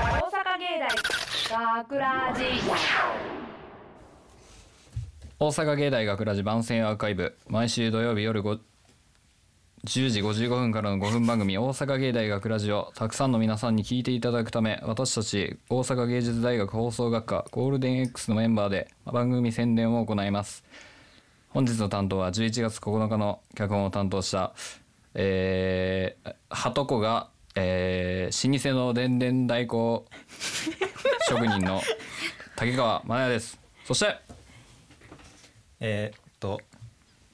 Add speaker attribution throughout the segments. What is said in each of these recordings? Speaker 1: 芸大学ラジ
Speaker 2: 大阪芸大学ラジ番宣アーカイブ毎週土曜日夜5 10時55分からの5分番組「大阪芸大学ラジオ」たくさんの皆さんに聞いていただくため私たち大阪芸術大学放送学科ゴールデン X のメンバーで番組宣伝を行います本日の担当は11月9日の脚本を担当したえー、はとこが、えー、老舗の伝伝代行職人の竹川真也ですそして
Speaker 3: えーっと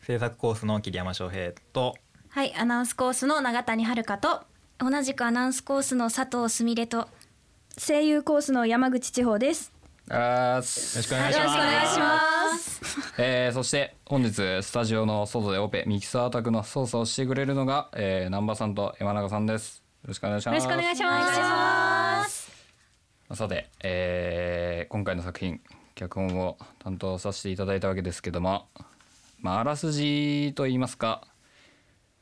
Speaker 3: 制作コースの桐山翔平と
Speaker 4: はい、アナウンスコースの永谷遥と。
Speaker 5: 同じくアナウンスコースの佐藤すみれと
Speaker 4: 声優コースの山口千穂です。
Speaker 2: あー
Speaker 3: よろしくお願いします。
Speaker 4: ます。
Speaker 2: えーそして本日スタジオの外でオペミキサー宅の操作をしてくれるのが、えー、南波さんと山中さんですよろしくお願いします
Speaker 4: します。
Speaker 2: さて、えー今回の作品脚本を担当させていただいたわけですけども、まあ、あらすじといいますか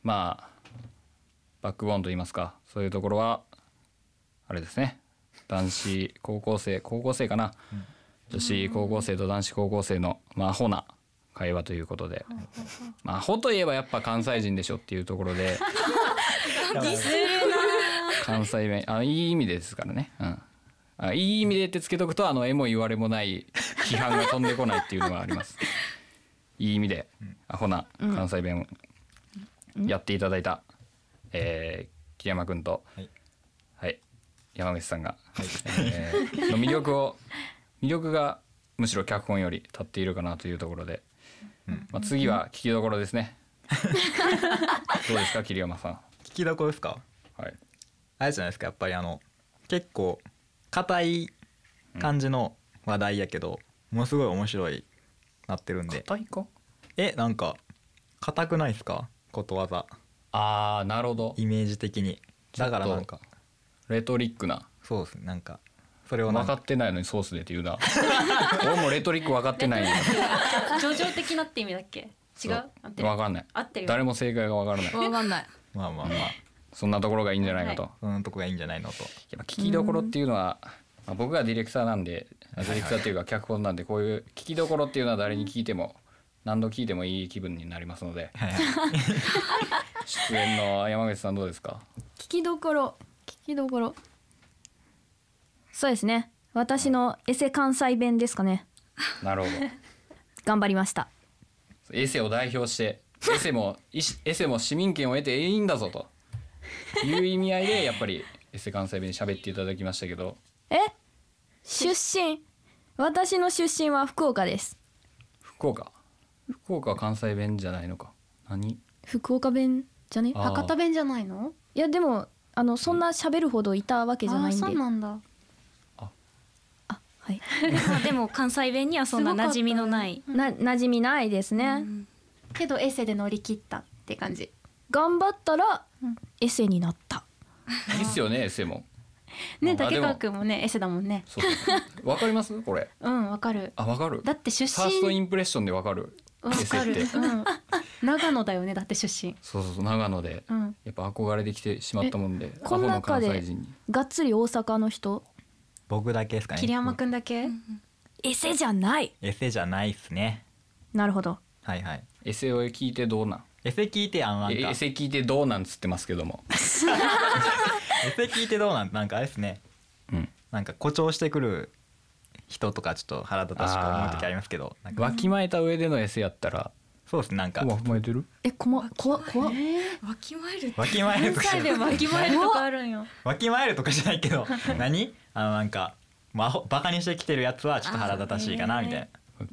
Speaker 2: まあバックボーンといいますかそういうところはあれですね男子高校生高校生かな、女子高校生と男子高校生の、まあ、アホな会話ということで、まあ、アホといえばやっぱ関西人でしょっていうところで関西弁あいい意味ですからね、うん、あいい意味でってつけとくとあの絵も言われもない批判が飛んでこないっていうのがありますいい意味でアホな関西弁をやっていただいた、えー、木山君と、
Speaker 3: はい
Speaker 2: はい山口さんが、えーの魅力を魅力がむしろ脚本より立っているかなというところで、
Speaker 3: うん
Speaker 2: まあ、次は聞きどころですねどうですか桐山さん
Speaker 3: 聞きどころですか
Speaker 2: はい
Speaker 3: あれじゃないですかやっぱりあの結構硬い感じの話題やけど、ものすごい面白いなってるんで
Speaker 2: 硬いか
Speaker 3: えなんか硬くないですかことわざ
Speaker 2: ああなるほど
Speaker 3: イメージ的にだからなんか
Speaker 2: レトリックな
Speaker 3: そうですねなんかそれをな
Speaker 2: 分
Speaker 3: ん
Speaker 2: か
Speaker 3: か
Speaker 2: ってないのにソースでって 言うな俺もレトリック分かってないよ
Speaker 1: 上場的なって意味だっけ違う
Speaker 2: そう
Speaker 1: 合ってる
Speaker 2: 分かんない
Speaker 1: 合ってる
Speaker 2: 誰も正解が分からない
Speaker 6: わかんない。
Speaker 3: まあまあまあ
Speaker 2: そんなところがいいんじゃないかと、
Speaker 1: は
Speaker 3: そのとこがいいんじゃないのと
Speaker 2: やっぱ聞きどころっていうのは、まあ、僕がディレクターなんであディレクターっていうか脚本なんでこういう聞きどころっていうのは誰に聞いても何度聞いてもいい気分になりますので
Speaker 3: はいはい
Speaker 2: 出演の山口さんどうです か
Speaker 4: 聞きどころ。聞きどころ。そうですね。私のエセ関西弁ですかね。
Speaker 2: なるほど
Speaker 4: 頑張りました。
Speaker 2: エセを代表 してエセもいしエセも市民権を得ていいんだぞという意味合いでやっぱりエセ関西弁に喋っていただきましたけど
Speaker 4: え。出身。私の出身は福岡です。
Speaker 2: 福岡福岡は関西弁じゃないのか何
Speaker 4: 福岡弁じゃね。
Speaker 2: あー
Speaker 6: 博多弁じゃないの。
Speaker 4: いやでもあのそんな喋るほどいたわけじゃ
Speaker 6: ああ
Speaker 4: な
Speaker 6: ー、
Speaker 4: いんで。
Speaker 6: そうなんだ。
Speaker 4: あはい。
Speaker 5: まあでも関西弁にはそんな馴染みのない
Speaker 4: な馴染みないですね。
Speaker 6: けどエセで乗り切ったって感じ。
Speaker 4: 頑張ったら、
Speaker 6: うん
Speaker 4: エセになった。
Speaker 2: いいっすよねエセも
Speaker 6: ね、
Speaker 2: あ
Speaker 6: 竹
Speaker 2: で
Speaker 6: 川
Speaker 2: も
Speaker 6: 君もね、エセだもんね。
Speaker 2: そうそうわかりますこれ
Speaker 6: うん、わかる。
Speaker 2: あわかる
Speaker 6: だって出
Speaker 2: ファーストイ
Speaker 6: 身。
Speaker 2: ンプレッションでわかる
Speaker 6: わ
Speaker 2: エセ
Speaker 6: か
Speaker 2: っ
Speaker 6: る
Speaker 2: て。
Speaker 6: うん。長野だよね、だって出身。
Speaker 2: そうそうそう長野で
Speaker 6: うん。
Speaker 2: やっぱ憧れてきてしまったもんでア
Speaker 4: こ
Speaker 2: ホの
Speaker 4: の中
Speaker 2: 関
Speaker 4: で
Speaker 2: 西人に
Speaker 4: がっつり大阪の人。
Speaker 3: 僕だけですかね
Speaker 6: 桐山君だけ。
Speaker 4: エセじゃない。
Speaker 3: エセじゃないっすね
Speaker 4: なるほど。
Speaker 3: はいはい
Speaker 2: エセを聞いてどうなん
Speaker 3: エセ聞いてあんなん
Speaker 2: え
Speaker 3: か
Speaker 2: エセ聞いてどうなんつってますけども
Speaker 3: エセ聞いてどうなんなんかあれですね
Speaker 2: うん
Speaker 3: なんか誇張してくる人とかちょっと腹立たしく思う時ありますけどなんか
Speaker 2: わきまえた上でのエセやったら
Speaker 3: そうですねなんか
Speaker 2: わきまえてる
Speaker 4: え、こま、こわ、こわ。
Speaker 5: わきまえる
Speaker 3: わきまえるとか
Speaker 6: 関西でわきまえるとかあるんよ。
Speaker 3: わきまえるとかじゃないけ ど何あのなんかまほバカにしてきてるやつはちょっと腹立たしいかなみたい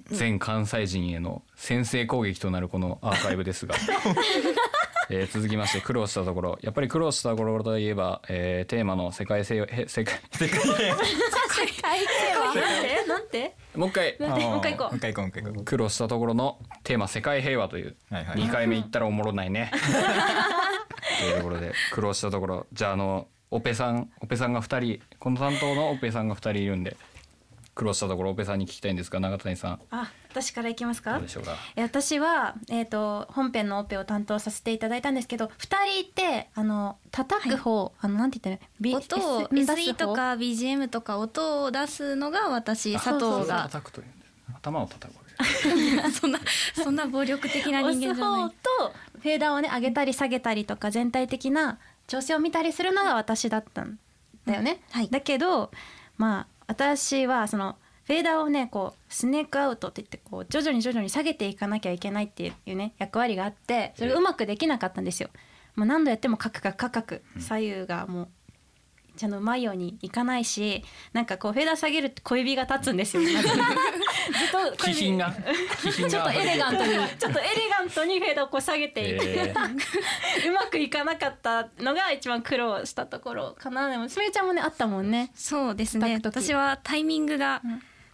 Speaker 2: 全関西人への先制攻撃となるこのアーカイブです が、えー続きまして苦労したところやっぱり苦労したところといえば、えーテーマの世界性へ世界
Speaker 6: なんで、なんで。
Speaker 2: もう一回
Speaker 3: な
Speaker 6: 待ってもう一回行こう
Speaker 3: もう一回行こうもう一回行こ
Speaker 2: 苦労したところのテーマ「世界平和」という
Speaker 3: うはいはい
Speaker 2: 2回目行ったらおもろない ね。というところで苦労したところじゃああのオペさんオペさんが2人この担当のオペさんが2人いるんで苦労したところオペさんに聞きたいんですが永谷さん
Speaker 6: あ、私からいきます
Speaker 2: ど
Speaker 6: か
Speaker 2: うでしょうか
Speaker 6: え私は、えー、と本編のオペを担当させていただいたんですけど2人いてあの叩く方、あのなんて言ったらいいの B-
Speaker 5: 音を
Speaker 6: S- 出
Speaker 5: SE
Speaker 6: す
Speaker 5: と
Speaker 6: 方
Speaker 5: か BGM とか音を出すのが私佐
Speaker 6: そう
Speaker 5: 藤
Speaker 6: そう
Speaker 5: が
Speaker 2: 叩くというんだよね頭を叩くわけじゃない
Speaker 5: そんなそんな暴力的な
Speaker 6: 押
Speaker 5: 人間
Speaker 6: す
Speaker 5: じゃな
Speaker 6: 方
Speaker 5: い
Speaker 6: とフェーダーをね上げたり下げたりとか全体的な調整を見たりするのが私だったんだよね。
Speaker 5: はい
Speaker 6: だけどまあ私はそのフェーダーをねこうスネークアウトって言ってこう徐々に徐々に下げていかなきゃいけないっていうね役割があってそれをうまくできなかったんですよ。もう何度やってもカクカクカクカク左右がもうちゃんとうまいようにいかないしなんかこうフェーダー下げると小指が立つ んですよ。まずずっと小
Speaker 2: 気
Speaker 6: 指
Speaker 2: 品が気品が
Speaker 6: ちょっとエレガントにちょっとエレガントにフェードをこう下げていって、
Speaker 2: えー
Speaker 6: うまくいかなかったのが一番苦労したところかなでもすみれちゃんもねあったもんね
Speaker 5: そうですね
Speaker 6: 叩く
Speaker 5: 私
Speaker 6: 時
Speaker 5: はタイミングが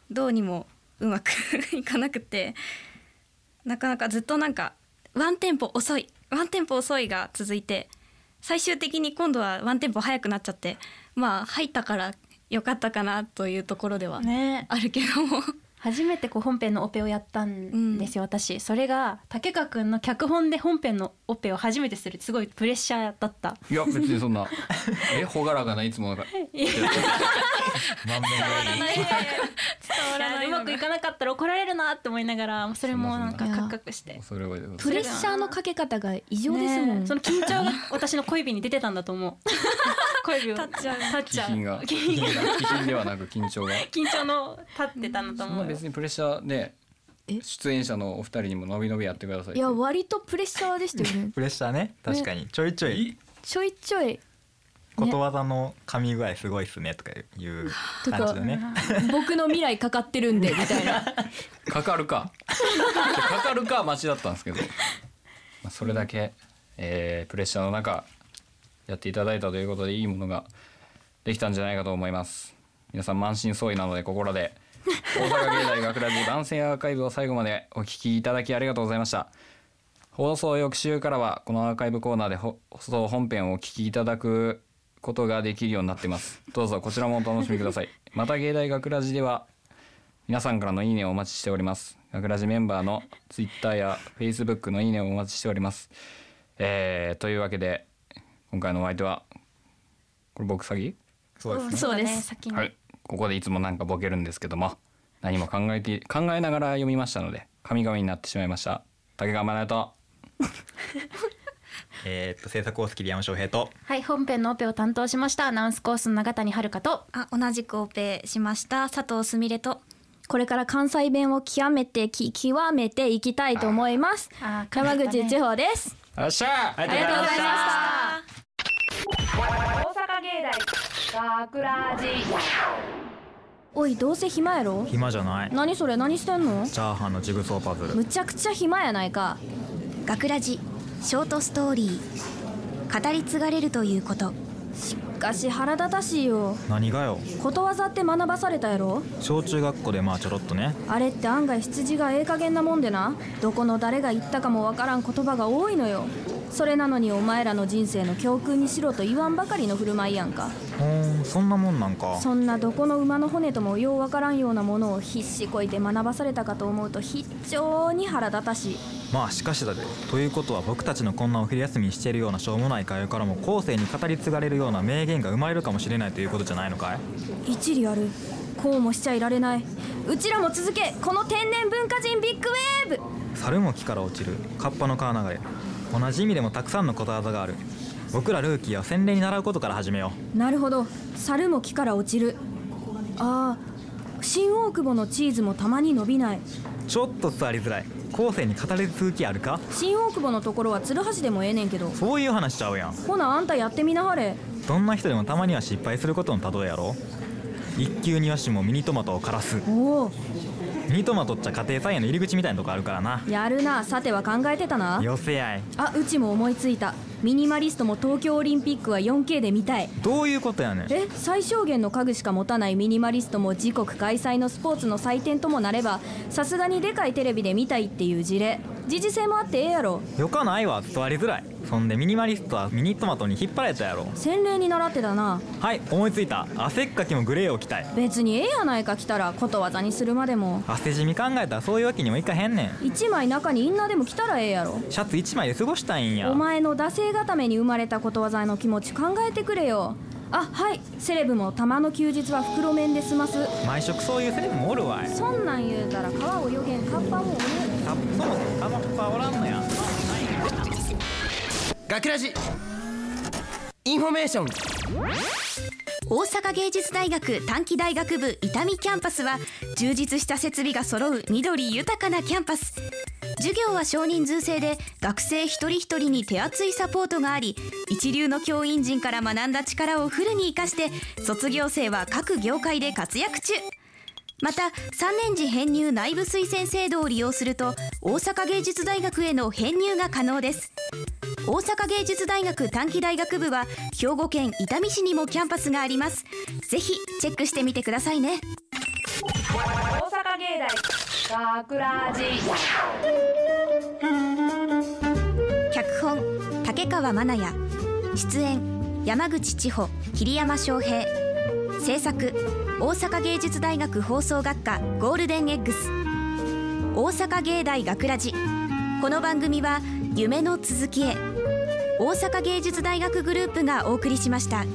Speaker 5: どうにもうまく いかなくてなかなかずっとなんかワンテンポ遅いワンテンポ遅いが続いて最終的に今度はワンテンポ早くなっちゃってまあ入ったから良かったかなというところでは
Speaker 6: ね
Speaker 5: あるけども、
Speaker 6: 初めてこう本編のオペをやったんですよ、私それが竹川くんの脚本で本編のオペを初めてするすごいプレッシャーだった
Speaker 2: いや別にそんなえ朗らかないつものが
Speaker 3: 満面がいい
Speaker 6: うまくいかなかったら怒られるなって思いながらそれもなんか
Speaker 4: そんなそんな
Speaker 6: カクカクして
Speaker 2: それはどうぞ
Speaker 4: プレッシャーのかけ方が異常ですもん、
Speaker 6: ねえその緊張が私の小指に出てたんだと 思う小指を立っちゃう
Speaker 2: 気品 が気
Speaker 6: 緊
Speaker 2: 品が気品ではなく緊張が
Speaker 6: 張の立ってたんだと
Speaker 2: そん
Speaker 6: 思
Speaker 2: な
Speaker 6: うよ
Speaker 2: 別にプレッシャーで
Speaker 4: え
Speaker 2: 出演者のお二人にも伸び伸びやってください
Speaker 4: いや割とプレッシャーでしたよね
Speaker 3: プレッシャーね確かにちょいちょい
Speaker 4: ちょいちょい
Speaker 3: ことわざの噛み具合すごいっすねとかいう
Speaker 4: と
Speaker 3: 感
Speaker 4: か
Speaker 3: じだね
Speaker 4: 僕の未来かかってるんでみたいな
Speaker 2: かかるかかかるか待ちだったんですけど、まあ、それだけ、えープレッシャーの中やっていただいたということでいいものができたんじゃないかと思います皆さん満身創痍なのでここらで大阪芸大学ラジ番宣アーカイブを最後までお聞きいただきありがとうございました放送翌週からはこのアーカイブコーナーでほ放送本編をお聞きいただくことができるようになっていますどうぞこちらもお楽しみくださいまた芸大学ラジでは皆さんからのいいねをお待ちしております学ラジメンバーのツイッターやフェイスブックのいいねをお待ちしておりますえーというわけで今回のお相手はこれ僕詐
Speaker 3: そうですね
Speaker 4: そうです
Speaker 6: 先
Speaker 2: 欺
Speaker 6: に、
Speaker 2: はいここでいつもなんかボケるんですけども何も考えて考えながら読みましたので神々になってしまいました竹川真奈と
Speaker 3: えーっと制作を好きで山翔平と
Speaker 6: はい、本編のオペを担当しましたアナウンスコースの永谷遥と
Speaker 5: あ同じくオペしました佐藤すみれと
Speaker 4: これから関西弁を極めてき極めていきたいと思います
Speaker 6: あー
Speaker 4: 山口千穂です
Speaker 2: よっしゃ
Speaker 3: ありがとうございました
Speaker 1: 大阪芸大学ラジ
Speaker 4: おいどうせ暇やろ
Speaker 3: 暇じゃない
Speaker 4: 何それ何してんの
Speaker 3: チャーハンのジグソーパズル
Speaker 4: むちゃくちゃ暇やないか
Speaker 5: 学ラジショートストーリー語り継がれるということ
Speaker 4: ガシ腹立たしいよ
Speaker 3: 何がよ
Speaker 4: ことわざって学ばされたやろ
Speaker 3: 小中学校でまあちょろっとね
Speaker 4: あれって案外羊がええ加減なもんでなどこの誰が言ったかもわからん言葉が多いのよそれなのにお前らの人生の教訓にしろと言わんばかりの振る舞いやんか
Speaker 3: ほーんそんなもんなんか
Speaker 4: そんなどこの馬の骨ともようわからんようなものを必死こいて学ばされたかと思うと非常に腹立たしい
Speaker 3: まあしかしだでということは僕たちのこんなお昼休みにしているようなしょうもない会話からも後世に語り継がれるような名言が生まれるかもしれないということじゃないのかい
Speaker 4: 一理あるこうもしちゃいられないうちらも続けこの天然文化人ビッグウェーブ
Speaker 3: 猿も木から落ちるカッパの川流れ同じ意味でもたくさんのことわざがある僕らルーキーは洗礼に習うことから始めよ
Speaker 4: なるほど猿も木から落ちるああ新大久保のチーズもたまに伸びないう
Speaker 3: ちょっと座りづらい後世に語り継ぐ気あるか
Speaker 4: 新大久保のところは鶴橋でもええねんけど
Speaker 3: そういう話しちゃうやん
Speaker 4: ほなあんたやってみなはれ
Speaker 3: どんな人でもたまには失敗することの例えやろ一級庭師もミニトマトを枯らす
Speaker 4: おお
Speaker 3: ミニトマトっちゃ家庭菜園の入り口みたいなとこあるからな
Speaker 4: やるなさては考えてたな
Speaker 3: よせあい
Speaker 4: あうちも思いついたミニマリストも東京オリンピックは 4K で見たい
Speaker 3: どういうことやねん
Speaker 4: え最小限の家具しか持たないミニマリストも自国開催のスポーツの祭典ともなればさすがにでかいテレビで見たいっていう事例時事性もあってええやろ
Speaker 3: よかないわ座りづらいそんでミニマリストはミニトマトに引っ張られたやろ
Speaker 7: 洗礼に習ってたな
Speaker 3: はい思いついた汗っかきもグレーを着たい
Speaker 7: 別にええやないか来たらことわざにするまでも
Speaker 3: 汗染み考えたらそういうわけにもいかへんねん
Speaker 7: 一枚中にインナーでも来たらええやろ
Speaker 3: シャツ1枚で過ごしたいんや
Speaker 7: お前の惰性固めに生まれたことわざの気持ち考えてくれよあはいセレブもたまの休日は袋麺で済ます
Speaker 3: 毎食そういうセレブもおるわい
Speaker 7: そんなん言うたら川を予言カッパもおねえ
Speaker 3: カップそもそもカマッパおらんのや
Speaker 2: 学ラジインフォメーション
Speaker 4: 大阪芸術大学短期大学部伊丹キャンパスは充実した設備が揃う緑豊かなキャンパス授業は少人数制で学生一人一人に手厚いサポートがあり一流の教員陣から学んだ力をフルに生かして卒業生は各業界で活躍中また3年次編入内部推薦制度を利用すると大阪芸術大学への編入が可能です大阪芸術大学短期大学部は兵庫県伊丹市にもキャンパスがありますぜひチェックしてみてくださいね
Speaker 1: 大阪芸大学ラジ
Speaker 4: 脚本竹川真奈也出演山口千穂桐山翔平制作大阪芸術大学放送学科ゴールデンエッグス大阪芸大学ラジこの番組は夢の続きへ大阪芸術大学グループがお送りしました。